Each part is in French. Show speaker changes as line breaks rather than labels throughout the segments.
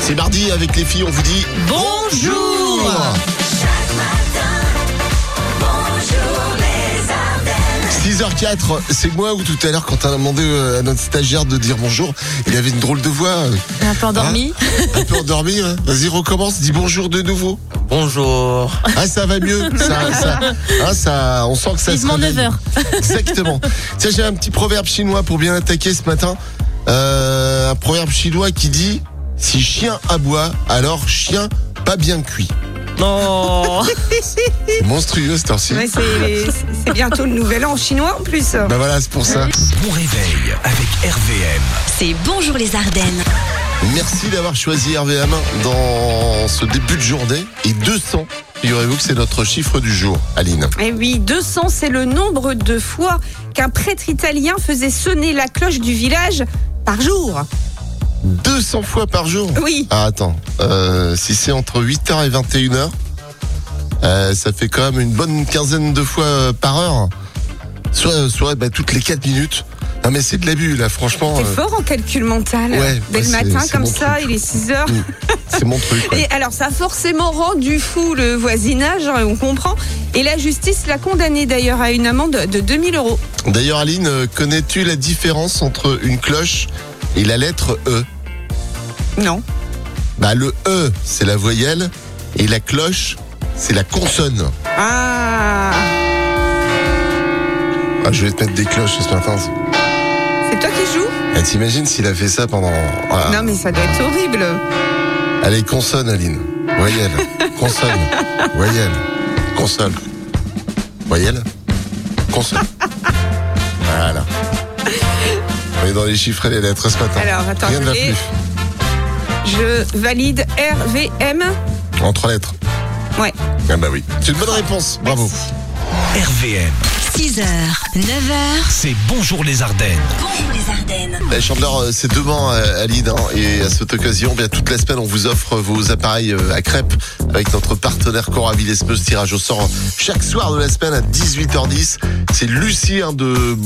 C'est mardi avec les filles, on vous dit
Bonjour
bonjour. 6h04, c'est moi où tout à l'heure quand on a demandé euh, à notre stagiaire de dire bonjour, il avait une drôle de voix, euh,
Un peu endormi
un peu endormi. hein. Vas-y, recommence, dis bonjour de nouveau.
Bonjour.
Ah, ça va mieux. Ça, ça, hein, ça, on sent que ça se
Vivement
réveille.
9h.
Exactement. Tiens, j'ai un petit proverbe chinois pour bien attaquer ce matin. Euh, un proverbe chinois qui dit si chien aboie, alors chien pas bien cuit.
Non.
C'est monstrueux cette heure-ci.
Ouais, c'est c'est bientôt le nouvel an chinois en plus.
Bah voilà, c'est pour ça.
Bon réveil avec RVM.
C'est Bonjour les Ardennes.
Merci d'avoir choisi RVM dans ce début de journée. Et 200, figurez-vous que c'est notre chiffre du jour, Aline.
Et Eh oui, 200, c'est le nombre de fois qu'un prêtre italien faisait sonner la cloche du village par jour.
200 fois par jour
Oui,
Ah, attends. Euh, si c'est entre 8h et 21h, euh, ça fait quand même une bonne quinzaine de fois euh, par heure. Soit, soit bah, toutes les 4 minutes. Non, mais c'est de l'abus, là, franchement.
c'est
euh,
fort en calcul mental.
ouais,
Dès
ouais,
le
c'est-
matin,
c'est
comme
mon
ça,
truc.
il est 6 heures.
Mm. c'est mon truc. ouais.
Et alors, ça a forcément rendu fou le voisinage, hein, on comprend. Et la justice l'a condamné d'ailleurs à une amende de 2000 euros.
D'ailleurs, Aline, euh, connais-tu la différence entre une cloche et la lettre E
Non.
Bah, le E, c'est la voyelle, et la cloche, c'est la consonne.
Ah,
Ah, je vais te mettre des cloches ce matin.
c'est toi qui joues
Eh, T'imagines s'il a fait ça pendant. Ah.
Non, mais ça doit être horrible.
Allez, consonne, Aline. Voyelle. Consonne. Voyelle. Console. Voyelle. Consonne. Voilà. On est dans les chiffres et les lettres ce matin.
Alors, attends,
Rien ne va
je vais-
plus.
Je valide RVM.
En trois lettres.
Ouais.
Ah bah oui. C'est une bonne réponse. Bravo.
RVM,
6h, 9h.
c'est Bonjour les Ardennes.
Bonjour les Ardennes.
La Chandeleur, euh, c'est demain euh, à Lille. hein, et à cette occasion, eh bien toute la semaine, on vous offre vos appareils euh, à crêpes avec notre partenaire Coraville Esmeuse. Tirage au sort hein, chaque soir de la semaine à 18h10. C'est Lucie hein, de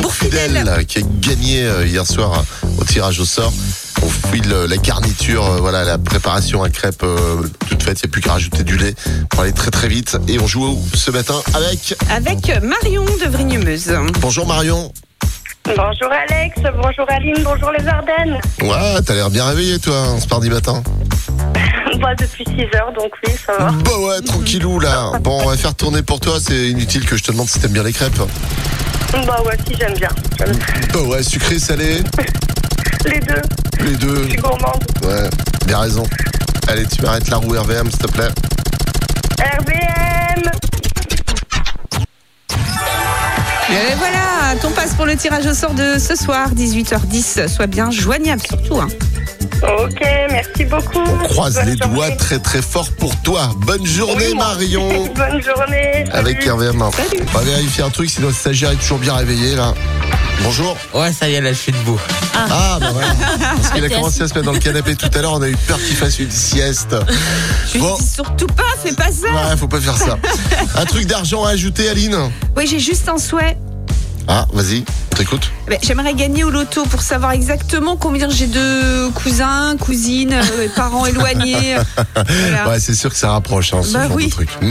Bourfidel là, qui a gagné euh, hier soir euh, au tirage au sort. On fouille le- la garniture, euh, voilà, la préparation à crêpes euh, toute faite. Il n'y a plus qu'à rajouter du lait pour aller très très vite. Et on joue au- ce matin avec.
Avec Marion de Vrignemeuse.
Bonjour Marion.
Bonjour Alex, bonjour Aline, bonjour les Ardennes.
Ouais, t'as l'air bien réveillé toi, hein, ce mardi matin.
Moi depuis 6 heures, donc oui, ça va.
Bah ouais, tranquillou là. Bon, on va faire tourner pour toi. C'est inutile que je te demande si t'aimes bien les crêpes. Mmh.
Bah ouais, si, j'aime bien.
Bah ouais, sucré, salé,
Les deux,
les deux.
je suis gourmande.
Ouais, bien raison. Allez, tu m'arrêtes la roue RVM, s'il te plaît.
RBM
Et voilà, ton passe pour le tirage au sort de ce soir, 18h10. Sois bien joignable surtout. hein.
Ok, merci beaucoup.
On croise
Bonne
les
journée.
doigts très très fort pour toi. Bonne journée,
Oui, moi.
Marion.
Bonne journée.
Avec
salut.
RVM. hein. On va vérifier un truc, sinon le stagiaire est toujours bien réveillé là. Bonjour.
Ouais, ça y est, là, je suis debout.
Ah, bah voilà. Parce qu'il a
T'es
commencé à se mettre dans le canapé tout à l'heure. On a eu peur qu'il fasse une sieste.
Je lui
Bon.
dis surtout pas, fais pas ça.
Ouais, faut pas faire ça. Un truc d'argent à ajouter, Aline.
Oui, j'ai juste un souhait.
Ah, vas-y, t'écoutes.
Ben, J'aimerais gagner au loto pour savoir exactement combien j'ai de cousins, cousines, euh, parents éloignés. Voilà.
Ouais, c'est sûr que ça rapproche, hein, ce
Bah
genre
oui.
de truc. Mm.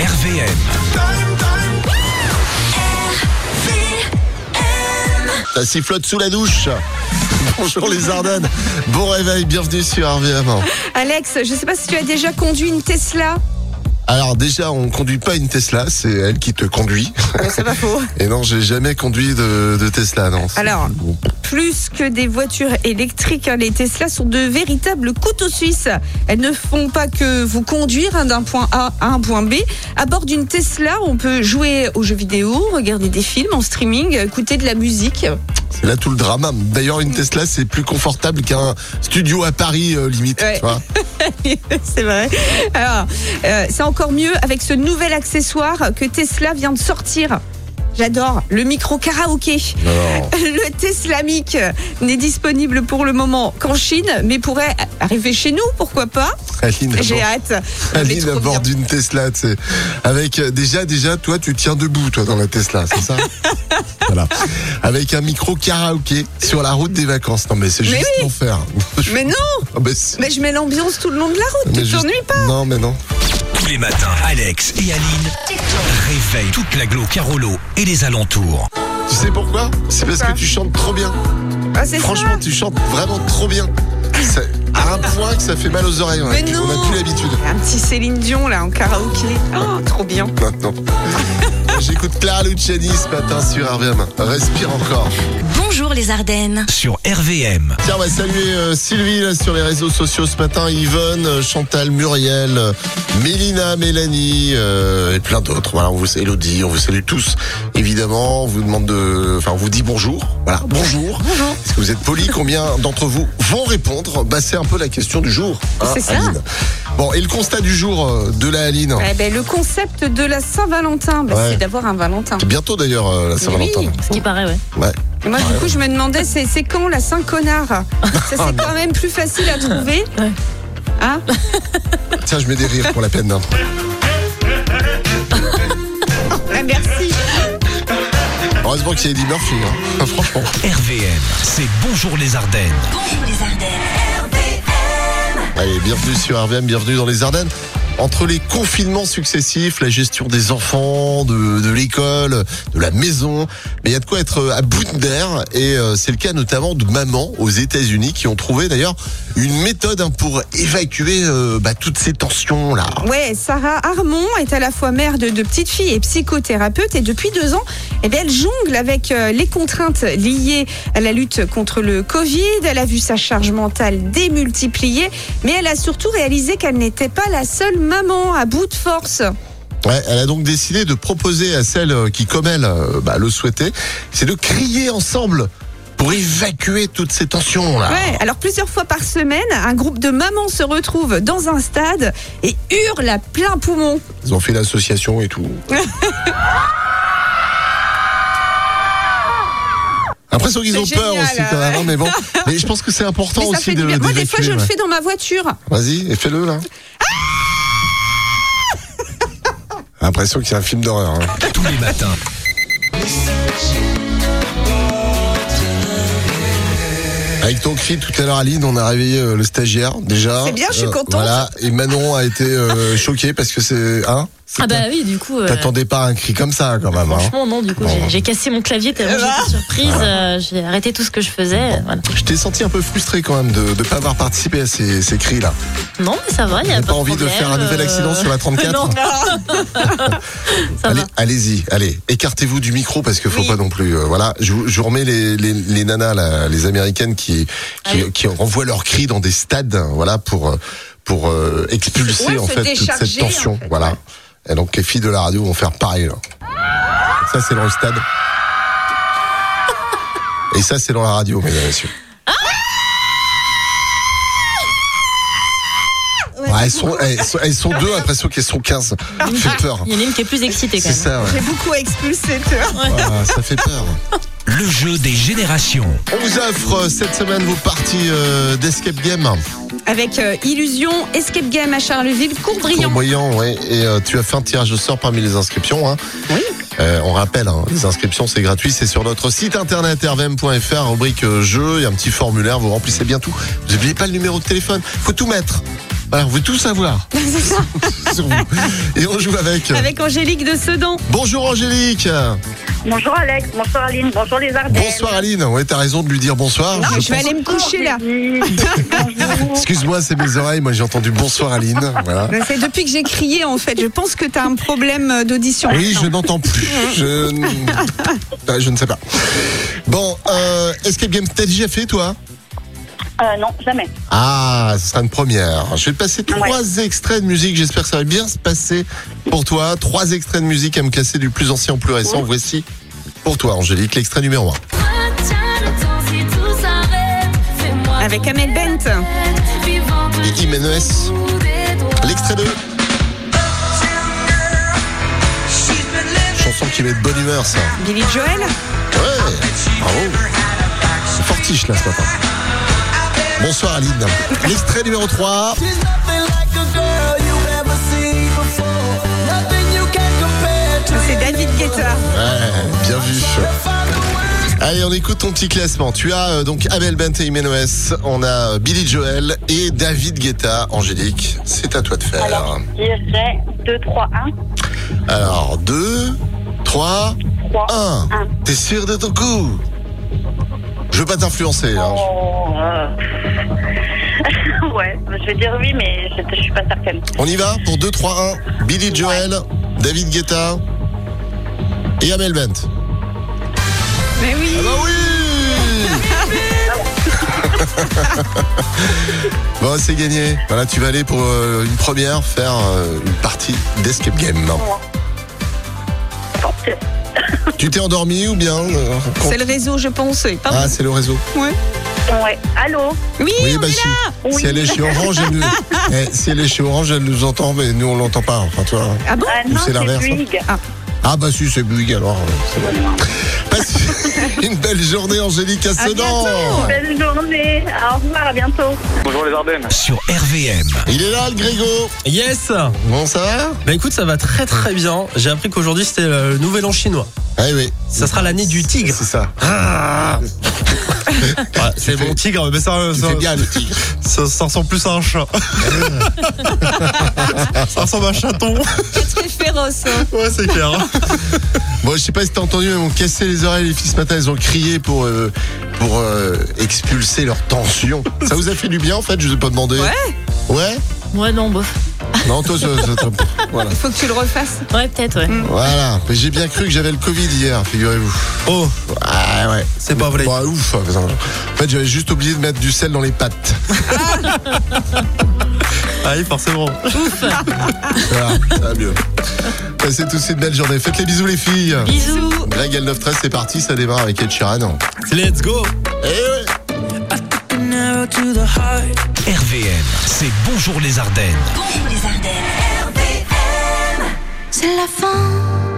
RVM.
RVM,
Ça sifflote sous la douche. Bonjour les Ardennes. Bon réveil, bienvenue sur RVM.
Alex, je sais pas si tu as déjà conduit une Tesla.
Alors déjà, on conduit pas une Tesla, c'est elle qui te conduit.
Euh, C'est pas faux.
Et non, j'ai jamais conduit de, de Tesla, non. C'est-
Alors, plus que des voitures électriques, hein, les Tesla sont de véritables couteaux suisses. Elles ne font pas que vous conduire hein, d'un point A à un point B. À bord d'une Tesla, on peut jouer aux jeux vidéo, regarder des films en streaming, écouter de la musique.
C'est là tout le drama. D'ailleurs, une Tesla, c'est plus confortable qu'un studio à Paris, euh, limite.
Ouais.
tu vois.
C'est vrai. Alors, euh, c'est encore mieux avec ce nouvel accessoire que Tesla vient de sortir. J'adore le micro karaoké.
Non.
Le Teslamique n'est disponible pour le moment qu'en Chine, mais pourrait arriver chez nous, pourquoi pas
Aline,
J'ai
à bord-
hâte. Je l'ai
Aline
trop
à
bien.
bord d'une Tesla, tu sais. Avec euh, déjà, déjà, toi, tu tiens debout, toi, dans la Tesla, c'est ça Voilà. Avec un micro karaoké sur la route des vacances. Non, mais c'est
Mais
juste l'enfer.
Mais non,
Ah, bah, c'est-
mais je mets l'ambiance tout le long de la route,
mais
tu
juste-
t'ennuies pas
Non, mais non.
Tous les matins, Alex et Aline réveillent toute l'agglo Carolo et les alentours.
Tu sais pourquoi C'est parce que
Pourquoi
tu chantes trop bien.
Ah, c'est ça
Franchement, tu chantes vraiment trop bien. C'est à un point que ça fait mal aux oreilles. on a-
Mais
on n'a
non.
plus l'habitude.
Un petit Céline Dion là en karaoké. Oh, trop bien.
maintenant. J'écoute Clara Luciani ce matin sur RVM. Respire encore.
Bonjour les Ardennes.
Sur RVM.
Tiens, on va saluer euh, Sylvie là, sur les réseaux sociaux ce matin. Yvonne, euh, Chantal, Muriel, euh, Mélina, Mélanie euh, et plein d'autres. Voilà, on vous salue, Elodie, on vous salue tous. Évidemment, on vous demande de. Enfin, on vous dit bonjour. Voilà, bonjour. Bonjour. Est-ce que vous êtes polis Combien d'entre vous vont répondre Bah, c'est un peu la question du jour. hein,
C'est ça.
Aline Bon, et le constat du jour euh, de la Aline
Eh ben, le concept de la Saint-Valentin, bah,
Ouais.
c'est d'avoir un Valentin.
C'est bientôt d'ailleurs euh, la
Mais oui.
Saint-Valentin.
Ce qui paraît, ouais.
Ouais.
Et Moi, du coup, je me demandais, c'est c'est quand la Saint-Connard Ça, c'est quand même plus facile à trouver. Hein
Tiens, je mets des rires pour la peine. hein.
Ah, merci.
Heureusement qu'il y a Eddie Murphy, hein. franchement.
RVM, c'est Bonjour les Ardennes.
Bonjour les Ardennes.
Allez, bienvenue sur RVM, bienvenue dans les Ardennes. Entre les confinements successifs, la gestion des enfants, de, de l'école, de la maison, mais il y a de quoi être euh, à bout d'air. Et euh, c'est le cas notamment de mamans aux États-Unis qui ont trouvé d'ailleurs une méthode hein, pour évacuer euh, bah, toutes ces tensions là.
Ouais, Sarah Armon est à la fois mère de deux petites filles et psychothérapeute et depuis deux ans, eh bien, elle jongle avec euh, les contraintes liées à la lutte contre le Covid. Elle a vu sa charge mentale démultipliée, mais elle a surtout réalisé qu'elle n'était pas la seule maman à bout de force.
Ouais, elle a donc décidé de proposer à celles qui, comme elle, euh, bah, le souhaitaient, c'est de crier ensemble pour évacuer toutes ces tensions là.
Ouais, alors plusieurs fois par semaine, un groupe de mamans se retrouve dans un stade et hurle à plein poumon.
Ils ont fait l'association et tout. L'impression qu'ils
C'est
ont peur
génial,
aussi quand même,
ouais.
hein, mais bon. Mais je pense que c'est important
Mais ça
aussi
fait
de.
du bien. Moi, des fois, je
d'évacuer,
le
ouais.
fais dans ma voiture.
Vas-y, et fais-le là. L'impression que c'est un film d'horreur. hein.
Tous les matins,
Avec ton cri tout à l'heure, Aline, on a réveillé euh, le stagiaire déjà.
C'est bien, je suis
Euh,
contente.
voilà, et Manon a été euh, choquée parce que c'est. Hein C'est-
Ah bah oui, du coup. euh,
T'attendais pas un cri comme ça quand même. hein.
Franchement, non, du coup, j'ai- j'ai cassé mon clavier tellement j'étais surprise. euh, j'ai arrêté tout ce que je faisais. voilà.
Je t'ai senti un peu frustré quand même de ne pas avoir participé à ces, ces cris là.
Non, mais ça va, il n'y a
T'as
pas,
pas envie de
problème,
faire un nouvel
euh,
accident sur la 34
Non, ça
Allez,
va.
allez-y, allez, écartez-vous du micro parce que faut
Ah bah. Oui.
pas non plus. euh, voilà, je, vous- je vous remets les, les, les nanas, là, les américaines qui,
Ah
qui,
oui.
qui renvoient leurs cris dans des stades, hein, voilà, pour euh, pour euh, expulser
Ouais,
en
se
fait toute cette
décharger, en
tension,
fait,
voilà. Et donc les filles de la radio vont faire pareil. Là. Ça c'est dans le stade. Et ça c'est dans la radio, mesdames et messieurs. Ouais, elles, sont, elles, sont, elles sont deux, après ceux qu'elles sont 15. Ça fait peur.
Ah.
Il y en a une qui est plus excitée quand
C'est
même.
ça, ouais.
J'ai beaucoup à expulser, tu vois.
Ah, ça fait peur.
le jeu des générations.
On vous offre euh, cette semaine vos parties euh, d'escape game.
Avec euh, Illusion, Escape Game à Charleville, Courdrian.
Flamboyant, ouais. Et euh, tu as fait un tirage au sort parmi les inscriptions. Hein. Euh, on rappelle, hein, les inscriptions c'est gratuit, c'est sur notre site internet rvm.fr, rubrique euh, jeu, il y a un petit formulaire, vous remplissez bien tout. Vous n'oubliez pas le numéro de téléphone, faut tout mettre. Voilà, on veut tout savoir
C'est ça.
sur vous. Et on joue avec.
Avec Angélique de Sedan.
Bonjour Angélique.
Bonjour Alex, bonjour Aline, bonjour les Ardennes.
Bonsoir Aline. Ouais, t'as raison de lui dire bonsoir.
Je,
Ah, Je
vais aller me coucher là.
Oui, bonjour.
Excuse-moi, c'est mes oreilles. Moi, j'ai entendu bonsoir Aline. Voilà.
Mais C'est depuis que j'ai crié en fait. Je pense que t'as un problème euh, d'audition.
Oui, je n'entends plus. Je... n- Ah, je ne sais pas. Bon, euh, Escape Game, t'as déjà fait, toi
Euh, non, jamais.
Ah, ce sera une première. Je vais te passer trois extraits de musique. J'espère que ça va bien se passer pour toi. Trois extraits de musique à me casser du plus ancien au plus récent. Voici pour toi, Angélique, l'extrait numéro un.
Avec Amel Bent.
Et Jiménez, l'extrait 2. chanson qui met de bonne humeur, ça.
Billy Joel
Ouais, bravo. C'est fortiche là ce matin. Bonsoir Aline. L'extrait numéro 3.
She's nothing like a girl you've ever seen before. Nothing you can compare to.
C'est David Guetta.
Ouais, bien vu. Allez, on écoute ton petit classement. Tu as euh, donc Abel Bent et Jiménez, on a euh, Billy Joel et David Guetta. Angélique, c'est à toi de faire.
Alors, je dirais 2, 3, 1.
Alors, 2, 3,
3,
1.
Un.
T'es sûr de ton coup Je veux pas t'influencer. hein.
Oh, euh. ouais, je vais dire oui, mais je, je suis pas certaine.
On y va pour 2, 3, 1. Billy Joel, David Guetta et Abel Bent.
Mais oui.
Ah bah oui Bon, c'est gagné. Voilà, tu vas aller pour euh, une première faire euh, une partie d'Escape Game. Tu t'es endormi ou bien euh, con-
C'est le réseau, je pense. c'est Pas
Ah, c'est le réseau.
ouais.
Ouais, allô
Oui,
Oui,
on
bah
est
si.
là.
Oui.
Si elle est chez Orange, elle nous... eh, si elle est chez Orange, elle nous entend, mais nous on l'entend pas. Enfin, toi.
Ah bon
Ah
Ou
non,
c'est
c'est
l'inverse, hein.
Bouygues.
Ah bah si, c'est Bouygues alors. euh, c'est bon. Passe une belle journée, Angélique à
À
Sedan.
bientôt.
Belle journée, au revoir, à bientôt.
Bonjour les Ardennes.
sur RVM.
Il est là, le Grégo.
Yes
Bon, ça va
Bah écoute, ça va très très bien. J'ai appris qu'aujourd'hui c'était euh, le nouvel an chinois.
Ah oui.
Ça sera l'année du tigre.
C'est ça.
Ouais,
Ah,
c'est
fais-
mon tigre, mais ça,
Tu
ça,
fais bien le tigre.
ça- ça ressemble plus à un chat. ça ressemble à un chaton.
Très féroce. hein.
Ouais, c'est clair.
Bon, je sais pas si t'as entendu, mais ils m'ont cassé les oreilles les filles ce matin. Ils ont crié pour euh, pour euh, expulser leur tension. Ça vous a fait du bien en fait Je vous ai pas demandé. Ouais. Ouais.
Ouais, non, bof.
Non, toi, ça- ça t'a- voilà.
Faut que tu le refasses.
Ouais, peut-être, ouais.
Voilà. Mais j'ai bien cru que j'avais le Covid hier, figurez-vous.
Oh,
Ah ouais.
c'est pas vrai.
Bah, ouf. En fait, j'avais juste oublié de mettre du sel dans les pâtes.
Ah oui, forcément.
Voilà, ça va mieux. Passez tous une belle journée. Faites les bisous, les filles.
Bisous.
La Gale 9-13, c'est parti. Ça démarre avec Ed Sheeran.
Let's go
Eh ouais.
An arrow to the heart.
RVM, c'est Bonjour les Ardennes.
Bonjour les Ardennes. C'est la fin.